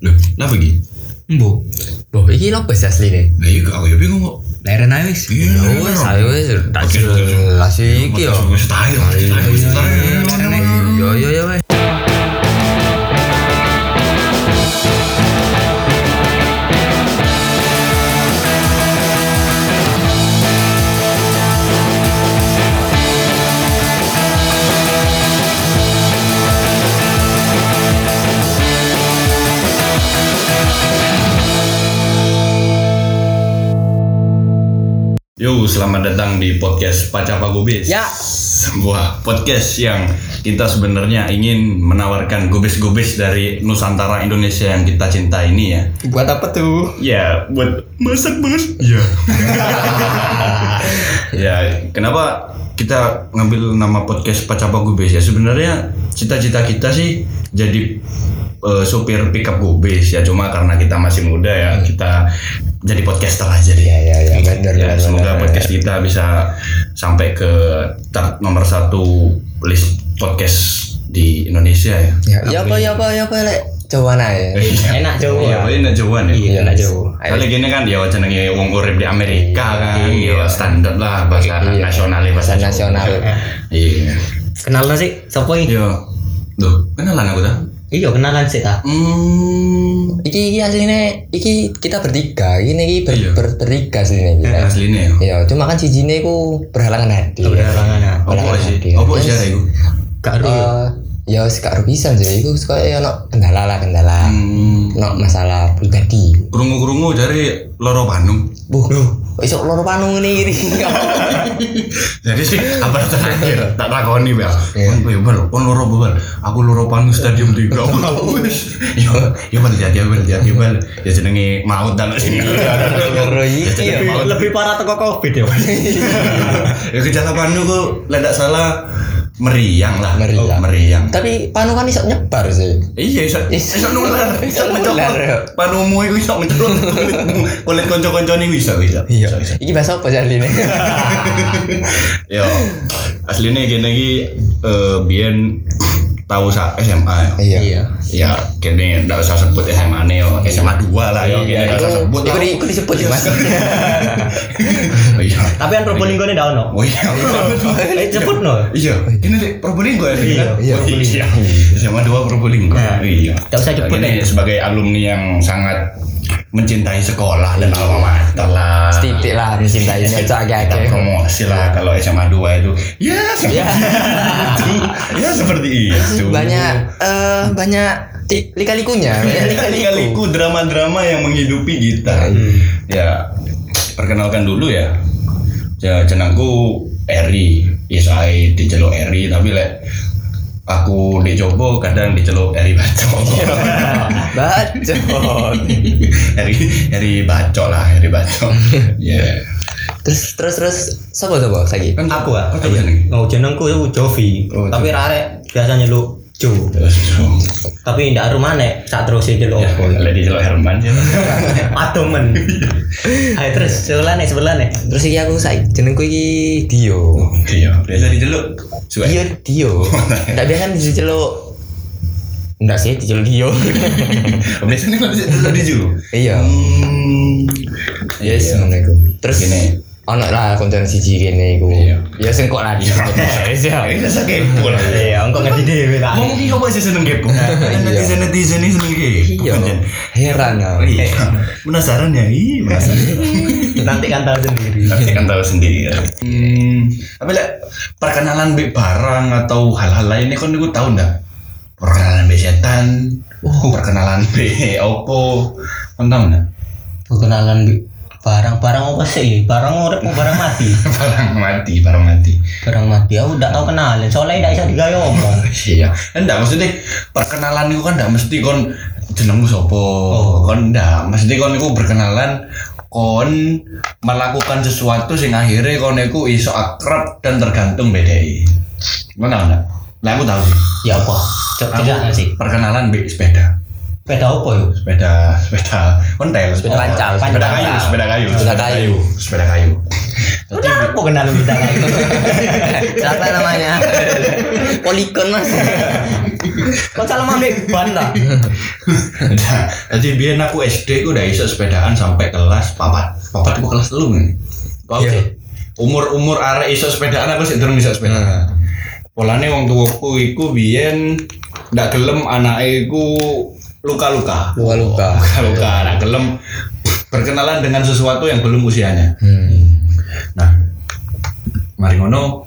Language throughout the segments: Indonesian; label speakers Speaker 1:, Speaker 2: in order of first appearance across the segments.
Speaker 1: Kenapa Gi?
Speaker 2: Embo.
Speaker 3: Boh, iki lopo sih asline?
Speaker 1: Lah iya kok ya bingung kok.
Speaker 2: Leren ae wis.
Speaker 1: Iya,
Speaker 3: Ya wis, ayo wis tak
Speaker 1: Oke, oke, oke.
Speaker 3: jelas Iya, iki ya. yo.
Speaker 1: Wis tayo, wis tayo, wis tayo.
Speaker 3: Yo yo yo weh.
Speaker 1: Yo, selamat datang di podcast Pacapa Gobes.
Speaker 2: Ya.
Speaker 1: Sebuah podcast yang kita sebenarnya ingin menawarkan gobes-gobes dari Nusantara Indonesia yang kita cinta ini ya.
Speaker 3: Buat apa tuh?
Speaker 1: Ya, buat masak banget. Ya. ya, kenapa kita ngambil nama podcast Pacapa Gobes ya? Sebenarnya cita-cita kita sih jadi eh, supir pickup Gobes ya. Cuma karena kita masih muda ya, kita jadi podcaster aja deh.
Speaker 3: Ya ya ya bener
Speaker 1: Ya,
Speaker 3: bener,
Speaker 1: semoga
Speaker 3: bener.
Speaker 1: podcast kita bisa sampai ke top nomor satu list podcast di Indonesia ya.
Speaker 3: Ya ya apa ya apa ya apa lek Jawa nae.
Speaker 2: Enak jauh
Speaker 1: Iya, ini nak jauhan ya.
Speaker 2: Iya, enak jauh.
Speaker 1: Kali gini kan dia jenenge wong urip di Amerika kan, ya standar lah bahasa
Speaker 3: Iya.
Speaker 1: nasional ya, bahasa
Speaker 3: Bahasa
Speaker 1: Jawa.
Speaker 3: nasional.
Speaker 1: Iya.
Speaker 2: Kenalan sih sapa iki?
Speaker 1: Yo. Duh, kenalan aku dah.
Speaker 2: Iya, kenalan sih ta.
Speaker 1: Hmm.
Speaker 3: Iki iki asline iki kita bertiga. Ini iki ber,
Speaker 1: Iya.
Speaker 3: ber- bertiga asline
Speaker 1: Eh,
Speaker 3: kita.
Speaker 1: aslinya ya.
Speaker 3: Ya, cuma kan sijine ku berhalangan hadir.
Speaker 2: Berhalangan hadir.
Speaker 3: Iya.
Speaker 1: Apa sih? Apa sih ada itu?
Speaker 2: ya. Gak ro.
Speaker 3: Eh, ya wis gak ro pisan sih. Iku koyo ono kendala lah kendala.
Speaker 1: Hmm.
Speaker 3: Ono masalah pribadi.
Speaker 1: Kerungu-kerungu dari Loro Bandung.
Speaker 3: Buh, iso loro panu ngene iki.
Speaker 1: Jadi sih kabar terakhir
Speaker 3: Iya.
Speaker 1: tak takoni bel. Kon kowe bel, kon loro bel. Aku loro panu stadium 3. Wis. Yo yo bel ya bel ya bel. Ya jenenge maut Ya dan
Speaker 3: Iya.
Speaker 1: sini.
Speaker 3: Loro iki ya.
Speaker 1: Lebih-
Speaker 2: lebih parah teko Covid ya.
Speaker 1: Ya gejala panu ku lek ndak salah meriang lah.
Speaker 3: Meriang.
Speaker 1: Oh, meriang.
Speaker 3: Tapi panu kan iso nyebar sih.
Speaker 1: Iya, iso
Speaker 3: Is-
Speaker 1: iso nular, iso
Speaker 3: iso nular, ya.
Speaker 1: mencolot. Panumu iku iso mencolot kulitmu. Kulit kanca-kancane iku iso iso.
Speaker 2: Iya.
Speaker 3: Iya.
Speaker 1: Iso, iso.
Speaker 3: Iki bahasa apa sih asline?
Speaker 1: Yo, aslinya gini lagi eh Bian tahu sa SMA ya.
Speaker 3: Iya.
Speaker 1: Ya, kene ndak usah sebut SMA ne yo, SMA 2 lah yo,
Speaker 2: Iya,
Speaker 1: kene ndak
Speaker 3: Iku
Speaker 1: usah sebut.
Speaker 3: Iya. iku di- iku disebut ya, Mas.
Speaker 1: Oh iya.
Speaker 2: Tapi kan Probolinggo ini ndak ono.
Speaker 1: Oh iya.
Speaker 2: Eh, sebut no.
Speaker 1: Iya, ini sih Probolinggo ya.
Speaker 2: Iya, iya,
Speaker 1: Iya. SMA 2 Probolinggo.
Speaker 2: Nah,
Speaker 1: Iya.
Speaker 2: nggak usah disebut,
Speaker 1: Ini
Speaker 2: deh.
Speaker 1: sebagai alumni yang sangat mencintai sekolah
Speaker 2: Iya.
Speaker 1: dan alma mater lah.
Speaker 3: Titik lah mencintai nyocok
Speaker 1: Kita
Speaker 3: agak-agak.
Speaker 1: promosi lah kalau SMA 2 itu. Ya,
Speaker 2: Iya.
Speaker 1: seperti itu. Ya, seperti itu.
Speaker 3: Banyak eh banyak ti- lika-likunya.
Speaker 2: Iya,
Speaker 3: Banyak lika-liku.
Speaker 1: Kali-kaliku drama-drama yang menghidupi kita. Ya, perkenalkan dulu ya. Ya, jenengku Eri. Yes, I diceluk Eri, tapi lek aku dicoba kadang diceluk Eri Bacok.
Speaker 3: Bacot.
Speaker 1: Eri Eri Bacok lah, Eri Bacok. Ya.
Speaker 3: Terus terus terus sapa sapa lagi?
Speaker 1: Kan
Speaker 2: Aku ah.
Speaker 1: Aku jeneng.
Speaker 2: Oh, jenengku itu Jovi.
Speaker 1: Oh,
Speaker 2: Tapi rare biasanya lu Jo.
Speaker 1: Terus, terus.
Speaker 2: Oh, Tapi ndak rumah nek sak terus iki lho.
Speaker 1: Ya, lek diceluk Herman ya.
Speaker 2: Iya. Adomen. Ayo terus sebelah nih sebelah nih.
Speaker 3: Terus iki aku saiki jenengku iki Dio.
Speaker 1: Iya, biasa diceluk. Suwe.
Speaker 3: Iya, Dio Dio. Enggak biasa diceluk Enggak sih diceluk Dio.
Speaker 1: Iya, Biasanya kalau diceluk diceluk.
Speaker 3: Iya.
Speaker 1: Hmm. Iya.
Speaker 3: Yes, ngono iku. Terus
Speaker 1: Gini.
Speaker 3: ono lah konten siji kene iku.
Speaker 1: Iya.
Speaker 3: Ya sing kok lah. Iya.
Speaker 1: Ini rasa kepo lah. Iya.
Speaker 2: Iya, engko ngerti dhewe lah.
Speaker 1: Wong iki kok masih seneng kepo. Netizen netizen ini seneng kepo.
Speaker 3: Iya.
Speaker 1: Jan.
Speaker 3: Heran ya.
Speaker 1: Iya. Penasaran ya? Iya. Penasaran.
Speaker 2: Nanti kan tahu sendiri.
Speaker 1: Tapi kan tahu sendiri. Hmm. Tapi lah perkenalan bi barang atau hal-hal lainnya kan gue tahu ndak? Perkenalan bi setan. Oh. Perkenalan bi opo. Kan tahu ndak?
Speaker 2: Perkenalan Bi. barang-barang apa sih? Barang urip apa barang mati?
Speaker 1: Barang mati, barang mati.
Speaker 2: Barang mati aku ndak tahu kenalin. Soalnya ndak iso digawe omong.
Speaker 1: Iya. Enggak maksudnya perkenalan itu kan enggak mesti kon jenengmu sopo. Kon enggak mesti kon iku berkenalan kon melakukan sesuatu sing akhirnya kon iku iso akrab dan tergantung BDI. Mana enggak? Lah aku tahu sih.
Speaker 2: Ya apa? Coba
Speaker 1: Aku
Speaker 2: cerita sih.
Speaker 1: perkenalan bi sepeda.
Speaker 2: Beda apa ya? yo?
Speaker 1: Sepeda, sepeda ontel,
Speaker 3: Sepeda rancal,
Speaker 1: sepeda
Speaker 3: sepeda
Speaker 1: kayu,
Speaker 3: rancal.
Speaker 1: sepeda kayu,
Speaker 3: Sepeda kayu.
Speaker 1: sepeda kayu.
Speaker 2: Udah aku kenal bisa lagi.
Speaker 3: Siapa namanya? Polikon mas.
Speaker 2: Kau salah ambil ban tak?
Speaker 1: Nah, Jadi biar aku SD aku udah iso sepedaan sampai kelas papat. Papat aku kelas telu nih.
Speaker 3: Iya.
Speaker 1: Umur umur arek iso sepedaan aku sih terus iso
Speaker 3: Nah.
Speaker 1: sepedaan. Polane wong tuaku iku biyen ndak gelem anake iku luka-luka.
Speaker 3: Luka-luka.
Speaker 1: Luka-luka, ndak gelem berkenalan dengan sesuatu yang belum usianya.
Speaker 3: Hmm.
Speaker 1: Nah, mari ngono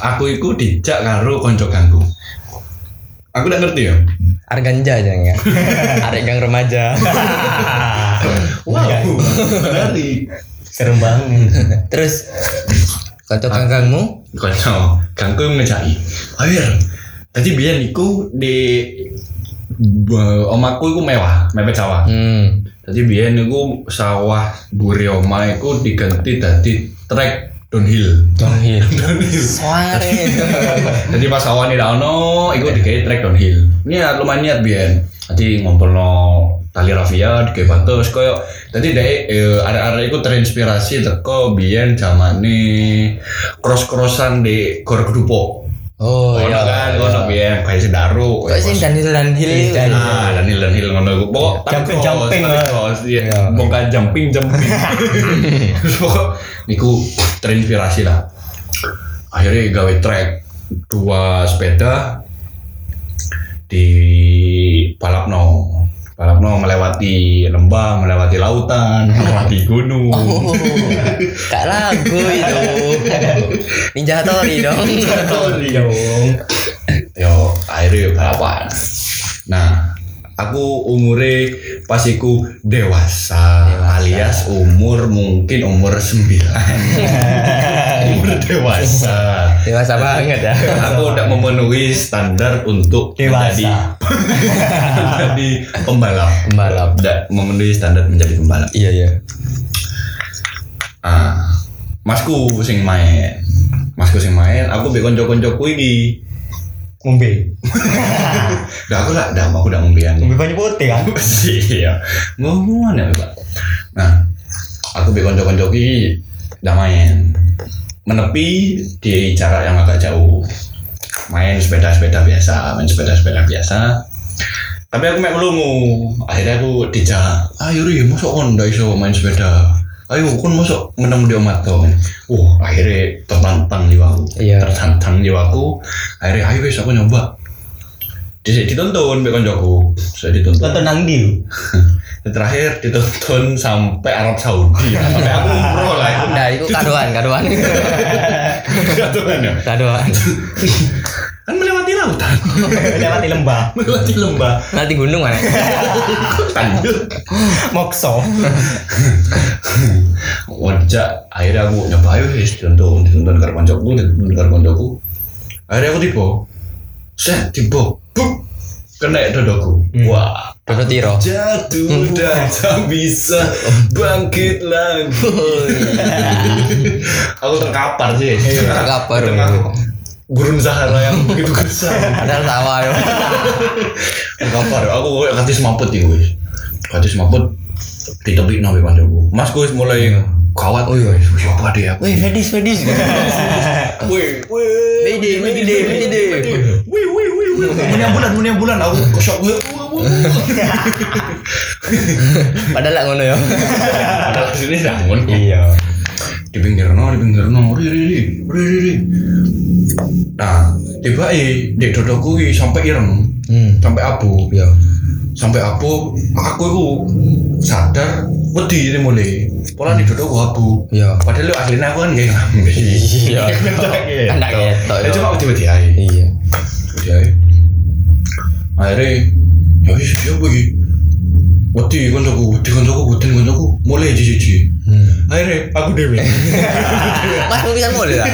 Speaker 1: aku iku dijak karo konco ganggu. Aku ndak ngerti ya.
Speaker 3: Arganja aja ya. Arek gang remaja.
Speaker 1: Wow, menarik.
Speaker 2: Serem banget.
Speaker 3: Terus kantor
Speaker 1: Ah.
Speaker 3: kangkangmu
Speaker 1: Kono, gangku ngejaki. Ayer. Tadi biyen iku di be- omaku iku mewah, mepet sawah.
Speaker 3: hmm.
Speaker 1: Tadi biyen iku sawah buri omah iku diganti dadi trek downhill.
Speaker 3: Downhill.
Speaker 1: Downhill.
Speaker 3: Suare.
Speaker 1: Jadi pas sawah ini ra ono, iku digawe trek downhill. Niat lumayan niat biyen. Tadi ngompolno tali rafia digawe batus koyo tadi dek eh, arek-arek iku terinspirasi teko biyen zamane cross-crossan di Gor Kedupok.
Speaker 3: Oh
Speaker 1: Ono kan,
Speaker 3: iya.
Speaker 1: ono biyen kayak sedaru.
Speaker 3: Kok sih Daniel Daniel itu?
Speaker 1: Nah, dan hilang hilang ngono iku. Pokok tapi
Speaker 2: Jumping,
Speaker 1: cross,
Speaker 2: jumping,
Speaker 1: tapi
Speaker 2: eh.
Speaker 1: cross, iya. Bukan jumping jumping. Terus pokok niku terinspirasi lah. Akhirnya gawe track dua sepeda di Palapno. Palapno melewati lembah, melewati lautan, melewati gunung.
Speaker 3: Oh, Kak lagu itu. Ninja Tori dong.
Speaker 1: Yo, akhirnya balapan. Nah, aku umure pas iku dewasa, alias umur mungkin umur sembilan. umur dewasa.
Speaker 3: Dewasa banget ya.
Speaker 1: Aku udah memenuhi standar untuk
Speaker 2: Dewasa.
Speaker 1: menjadi menjadi pembalap.
Speaker 3: Pembalap.
Speaker 1: Udah memenuhi standar menjadi pembalap.
Speaker 3: Iya iya.
Speaker 1: Ah, masku sing main. Masku sing main, aku mbek kanca-kancaku iki.
Speaker 2: Ngombe.
Speaker 1: Dah aku lah, dah aku udah ngombean.
Speaker 2: Ngombe banyak putih kan?
Speaker 1: iya ngomongan ya pak nah aku bikin konco koncoki udah main menepi di jarak yang agak jauh main sepeda sepeda biasa main sepeda sepeda biasa tapi aku mek melungu akhirnya aku dijak ayo ri masuk kon ndak iso main sepeda ayo kon masuk menang di omat to wah akhirnya tertantang jiwaku
Speaker 3: Iya.
Speaker 1: tertantang jiwaku akhirnya ayo wis aku nyoba Dhisik ditonton mbek koncoku. Saya ditonton
Speaker 2: Tonton nang di.
Speaker 1: dan terakhir ditonton sampai Arab Saudi Iya, sampai aku umroh lah ya. itu
Speaker 3: Nah, itu karuan, karuan.
Speaker 1: Tuhan ya.
Speaker 3: Karuan.
Speaker 1: kan melewati lautan
Speaker 2: Lewati lembah.
Speaker 1: melewati lembah
Speaker 3: Nanti gunung mana?
Speaker 1: lanjut
Speaker 2: Mokso.
Speaker 1: wajah akhirnya aku nyoba ayo wis ditonton ditonton karo kancaku ditonton karo kancaku akhirnya aku tiba set tiba buk kena dodoku wah
Speaker 3: Dodo tiro.
Speaker 1: jatuh dan tak bisa bangkit lagi iya. aku terkapar sih
Speaker 3: Terkapar.
Speaker 1: Di tengah gurun Sahara yang begitu gersang
Speaker 3: Padahal sawah ya.
Speaker 1: terkapar aku kayak katis mampet ya guys katis mampet di tepi nabi panjaku mas gue mulai kawat oh iya siapa dia aku
Speaker 3: Wih, medis, medis.
Speaker 1: wih wih
Speaker 3: Medis, medis, medis.
Speaker 1: wih wih wih wih munia bulan munia bulan aku kosok gue
Speaker 3: Padahal lah ngono ya.
Speaker 1: ada kesini bangun
Speaker 2: Iya.
Speaker 1: di pinggir no di pinggir no ri ri ri ri ri ri nah tiba eh dek dodoku ki sampai ireng
Speaker 3: Hmm.
Speaker 1: sampai abu
Speaker 3: Ya.
Speaker 1: sampai abu aku itu sadar wedi ini mulai pola di dodoku abu
Speaker 3: Ya.
Speaker 1: padahal lu aslinya aku kan gak ngambil
Speaker 3: Hmm. Iya. Kan ndak ketok
Speaker 1: ya
Speaker 3: ya. Hmm.
Speaker 1: cuma wedi wedi aja
Speaker 3: Iya.
Speaker 1: wedi aja akhirnya ya wis ya bagi wedi kancaku wedi kancaku wedi kancaku mulai jiji
Speaker 3: Hmm.
Speaker 1: akhirnya aku dewe
Speaker 3: Mas mau bisa mulai lah.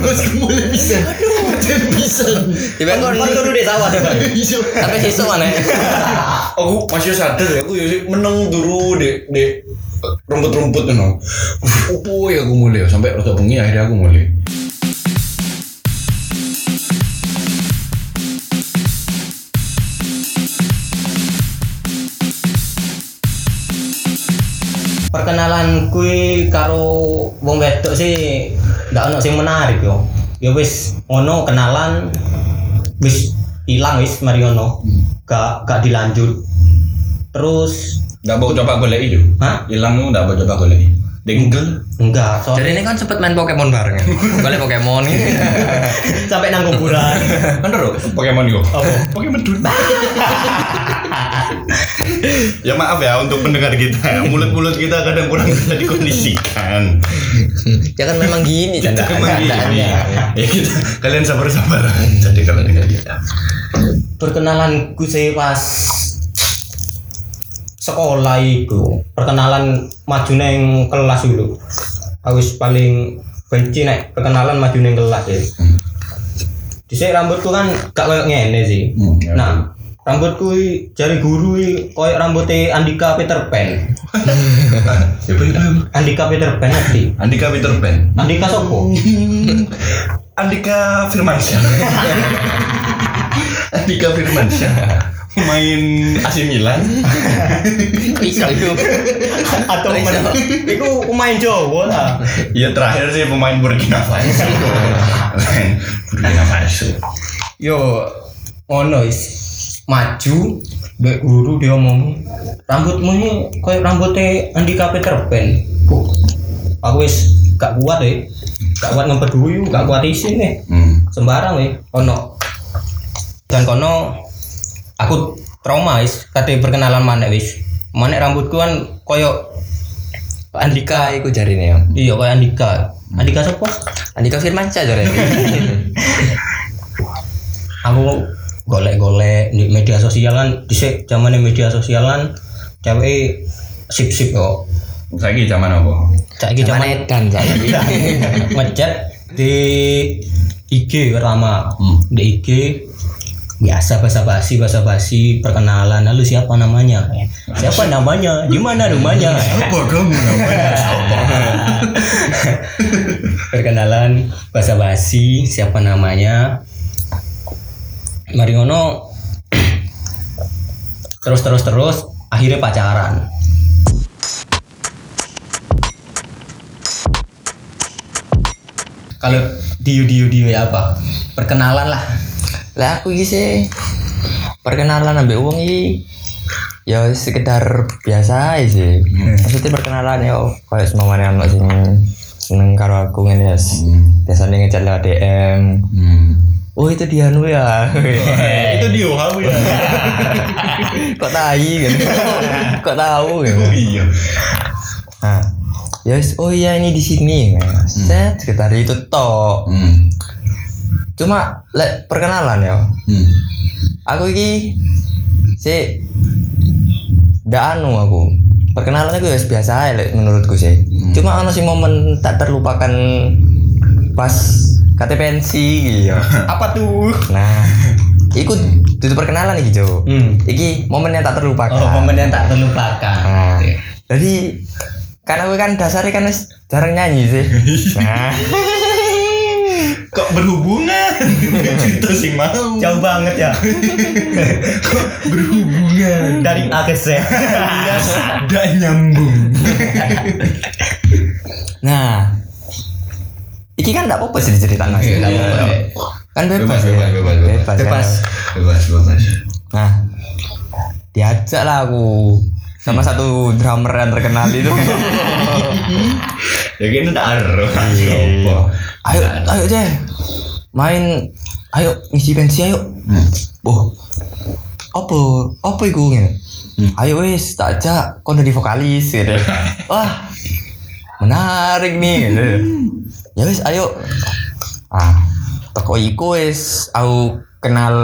Speaker 1: Mas mulai bisa Macam bisa
Speaker 3: Tiba kau
Speaker 2: Kau dulu deh sawah.
Speaker 3: Tapi sesuk mana?
Speaker 1: aku masih sadar ya aku ya sih, meneng dulu di di rumput-rumput no. Opo ya aku mulai sampai rotok bengi akhirnya aku mulai.
Speaker 2: perkenalan kui karo wong wedok sih ndak ono sing menarik yo. Ya wis ono kenalan wis hilang wis Mariono. Gak gak dilanjut. Terus
Speaker 1: Nggak mau coba golek itu.
Speaker 2: Hah?
Speaker 1: Hilang lu nggak mau coba golek. Di Google.
Speaker 2: enggak soalnya
Speaker 3: Jadi ini kan sempet main Pokemon bareng ya. Boleh Pokemon gitu.
Speaker 2: sampai nang kuburan.
Speaker 1: Kan terus Pokemon yo. Pokemon dulu. ya maaf ya untuk pendengar kita. Mulut-mulut kita kadang kurang bisa dikondisikan.
Speaker 3: ya kan memang gini Iya. canda.
Speaker 1: Emang gini. Ya kita kalian sabar-sabar jadi kalau dengar kita.
Speaker 2: perkenalan ku sih pas sekolah itu perkenalan maju neng kelas dulu aku wis paling benci nek perkenalan maju neng kelas ya
Speaker 1: Hmm.
Speaker 2: di rambutku kan gak kayak ngene sih
Speaker 1: Hmm, ya.
Speaker 2: nah rambutku i- jari guru i kayak rambutnya Andika Peter Pan
Speaker 1: Ya baik baik.
Speaker 2: Andika Peter Pan nanti
Speaker 1: Andika Peter Pan.
Speaker 2: Andika Sopo
Speaker 1: Andika Firmansyah. Andika Firmansyah. Main AC Milan.
Speaker 3: Bisa itu.
Speaker 2: atau pemain itu pemain Jawa lah
Speaker 1: Iya terakhir sih pemain Burkina Faso. Pemain Burkina Faso.
Speaker 2: yo ono is maju mbak guru dia ngomong rambutmu ini kayak rambutnya Andika Peter Pan Ku- aku wis gak kuat ya gak kuat ngepeduyu gak kuat eh. isi nih
Speaker 1: Hmm.
Speaker 2: sembarang ya ono dan kono aku trauma is kate perkenalan mana wis mana rambutku kan koyo
Speaker 3: Andika iku jarine ya.
Speaker 2: iya kayak Andika Andika siapa
Speaker 3: Andika Firmansyah jarine.
Speaker 2: aku golek-golek di media sosial kan dhisik zaman media sosial kan cewek sip-sip kok
Speaker 1: Saiki zaman apa?
Speaker 2: saiki
Speaker 3: Zaman
Speaker 2: zaman
Speaker 3: edan saiki.
Speaker 2: ngechat di IG pertama
Speaker 1: Hmm.
Speaker 2: di IG biasa bahasa basi bahasa basi perkenalan lalu siapa namanya siapa namanya di mana rumahnya
Speaker 1: Bodoh
Speaker 2: perkenalan bahasa basi siapa namanya Mariono terus terus terus akhirnya pacaran kalau diu diu diu ya apa perkenalan lah
Speaker 3: Lah aku iki sih perkenalan ambek wong iki ya wis sekedar biasa ae sih. Maksudnya perkenalan ya koyo semamane ono sing seneng karo aku ngene yes. Biasanya ngechat lewat DM.
Speaker 1: Hmm.
Speaker 3: Oh itu dia nu ya.
Speaker 1: Itu di Ohio ya.
Speaker 3: Kok tahu gitu. Kok tahu gitu.
Speaker 1: Iya.
Speaker 3: Nah, ya wis, oh iya ini di sini. Set sekitar itu toh.
Speaker 1: Hmm.
Speaker 3: Cuma le, perkenalan ya.
Speaker 1: Hmm.
Speaker 3: Aku iki si ndak anu aku. Perkenalan aku ya wis biasa ae lek menurutku sih. Cuma ono sih momen tak terlupakan pas KTPNSI gitu.
Speaker 2: apa tuh
Speaker 3: Nah, ikut itu perkenalan iki, Jo.
Speaker 2: hmm.
Speaker 3: Iki momen yang tak terlupakan.
Speaker 2: oh momen yang tak terlupakan
Speaker 3: Nah, jadi karena gue kan dasarnya kan wis jarang nyanyi sih. Nah,
Speaker 1: Kok berhubungan? Itu sih mau.
Speaker 2: Iya. jauh banget ya
Speaker 1: Berhubungan.
Speaker 2: dari AKC
Speaker 1: Tidak nyambung.
Speaker 3: nah. Iki kan enggak apa-apa sih diceritain Mas.
Speaker 1: Iya, iya, iya.
Speaker 3: Kan
Speaker 1: Bebas,
Speaker 3: bebas, ya.
Speaker 1: bebas, bebas, bebas.
Speaker 3: Bebas, kan?
Speaker 2: Bebas.
Speaker 1: Bebas, bebas.
Speaker 3: Nah, diajak lah aku sama satu drummer yang terkenal itu.
Speaker 1: Ya kayaknya tak ada. Siapa?
Speaker 3: ayo, ayo deh. Main ayo ngisi pensi ayo.
Speaker 1: Hmm.
Speaker 3: Boh. Oh, Apa? Apa iku ngene? Ayo wis, tak ajak kon jadi vokalis gitu. Wah. Menarik nih. Gitu. ya wis, ayo. Ah, teko iku wis aku kenal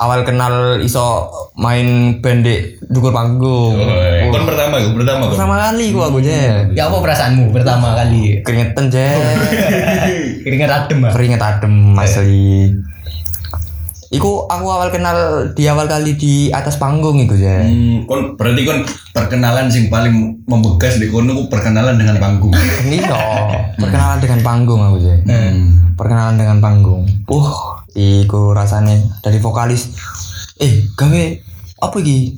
Speaker 3: awal kenal iso main band di dukur panggung.
Speaker 1: Woi,
Speaker 3: Wah,
Speaker 1: Kon pertama, kon pertama. kon.
Speaker 3: Pertama kali gua aku je.
Speaker 2: ya apa perasaanmu pertama kali
Speaker 3: Keringetan je.
Speaker 2: keringet adem ah.
Speaker 3: Keringet adem asli. Iku aku awal kenal di awal kali di atas panggung itu je.
Speaker 1: Hmm, kon berarti kon perkenalan sing paling membekas di kono ku perkenalan dengan panggung.
Speaker 3: Iya, perkenalan dengan panggung aku sih.
Speaker 1: Hmm.
Speaker 3: Perkenalan dengan panggung. Uh, iku rasanya dari vokalis. Eh, gawe apa iki?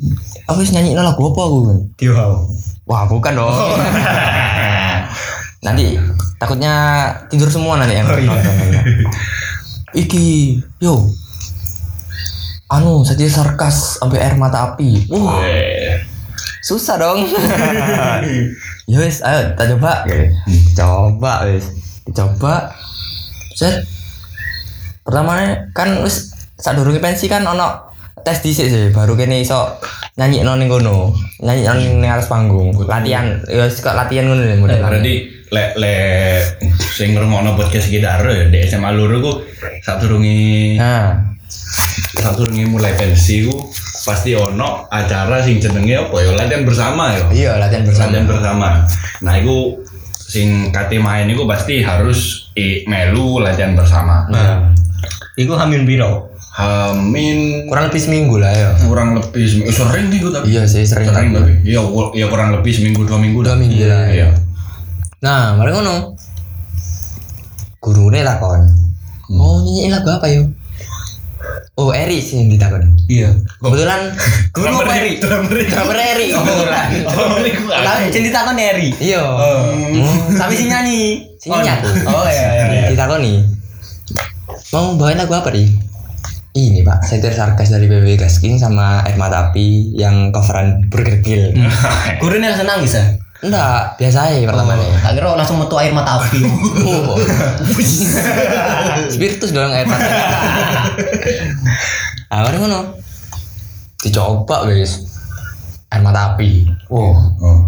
Speaker 3: Aku wis nyanyi lagu apa aku?
Speaker 2: Tio.
Speaker 3: Wah, bukan dong.
Speaker 2: Oh.
Speaker 3: nanti takutnya tidur semua nanti yang
Speaker 2: Oh, iya.
Speaker 3: nonton. Iki, yo. Anu, saja sarkas sampai air mata api. Wah,
Speaker 2: Iya.
Speaker 1: Eh,
Speaker 3: susah dong.
Speaker 1: ah,
Speaker 3: ya wis, ayo kita coba. Coba wis. Dicoba. Set. Pertamanya kan wis sak durunge pensi kan ono tes dhisik sih baru kene iso nyanyi nang ning kono. Nyanyi nang ning atas panggung. Latihan ya wis kok latihan ngono lho
Speaker 1: Eh,
Speaker 3: model.
Speaker 1: berarti le le sing ngrungokno podcast kita ro ya di SMA loro ku sadurunge
Speaker 3: Nah,
Speaker 1: sadurunge mulai pensi ku pasti ono acara sing jenenge apa ya latihan bersama ya.
Speaker 3: iya latihan
Speaker 1: Latihan
Speaker 3: bersama.
Speaker 1: bersama. Nah, iku sing kate main iku pasti harus i, melu latihan bersama.
Speaker 2: Nah. Iku hamil piro?
Speaker 1: Hamin
Speaker 3: Kurang lebih seminggu lah ya.
Speaker 1: kurang lebih seminggu sering nih gue tapi
Speaker 3: Iya sih sering.
Speaker 1: sering tapi iya ku- iya kurang lebih seminggu dua minggu dah.
Speaker 3: Dua minggu
Speaker 1: Iya,
Speaker 3: lah.
Speaker 1: iya
Speaker 3: Nah, mari ngono. Gurune takon. Oh, nyanyi lagu apa yo? Oh, Eri sih yang ditakon.
Speaker 2: Iya.
Speaker 3: Kebetulan guru apa Eri? Drummer Eri kebetulan.
Speaker 1: Oh,
Speaker 3: Tapi sing ditakon Eri. Iya. Hmm, Tapi sing nyanyi, sing nyanyi.
Speaker 2: Oh iya iya. iya.
Speaker 3: Ditakoni. Mau bawain lagu apa, Ri? Ini Pak, Sentir Sarkas dari BB Gaskin sama Air Mata Api yang coveran Burger Kill.
Speaker 2: Hmm. Gurune langsung nangis ya.
Speaker 3: Enggak, biasa aja pertama nih.
Speaker 2: Tak kira langsung metu air mata api.
Speaker 3: Oh. Spiritus dong air mata. Ah, mari ngono. Dicoba, guys. Air mata api. Wow,
Speaker 1: Oh.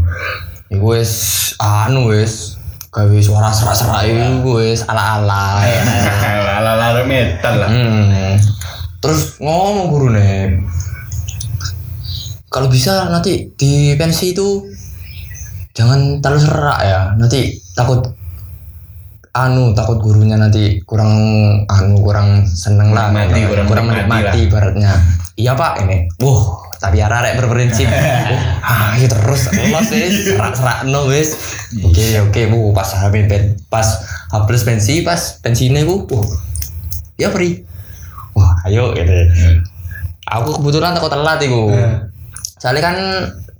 Speaker 3: iku Ya wis anu wis gawe suara serak-serak iku wis ala-ala.
Speaker 1: iya. Lala lala metal lah.
Speaker 3: Hmm. Terus ngomong gurune. Kalau bisa nanti di pensi itu jangan terlalu serak ya. Nanti takut anu takut gurunya nanti kurang anu kurang seneng lah
Speaker 1: Menikmati, kurang menikmati
Speaker 3: menikmati ibaratnya iya pak ini wah tapi arah rek berprinsip Wuh, ah iya terus los wis serak serak no wis oke
Speaker 1: Iya.
Speaker 3: oke bu pas habis pen- pas habis pensi pas pensinya bu wah ya pri wah ayo gitu
Speaker 1: Iya.
Speaker 3: aku kebetulan takut telat iku
Speaker 2: Nah.
Speaker 3: soalnya kan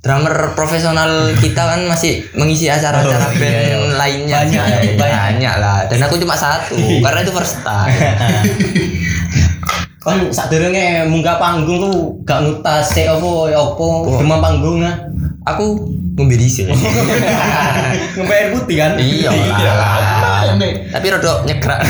Speaker 3: drummer profesional kita kan masih mengisi acara-acara band lainnya Iya,
Speaker 2: Banyak,
Speaker 3: Banyak,
Speaker 2: banyak.
Speaker 3: lah dan aku cuma satu karena itu first time
Speaker 2: Kon sadurunge munggah panggung ku gak ngutas sik opo ya opo demam panggung ah.
Speaker 3: aku ngombe dhisik
Speaker 2: Ngempet air putih kan?
Speaker 3: iya lah tapi rodok nyegrak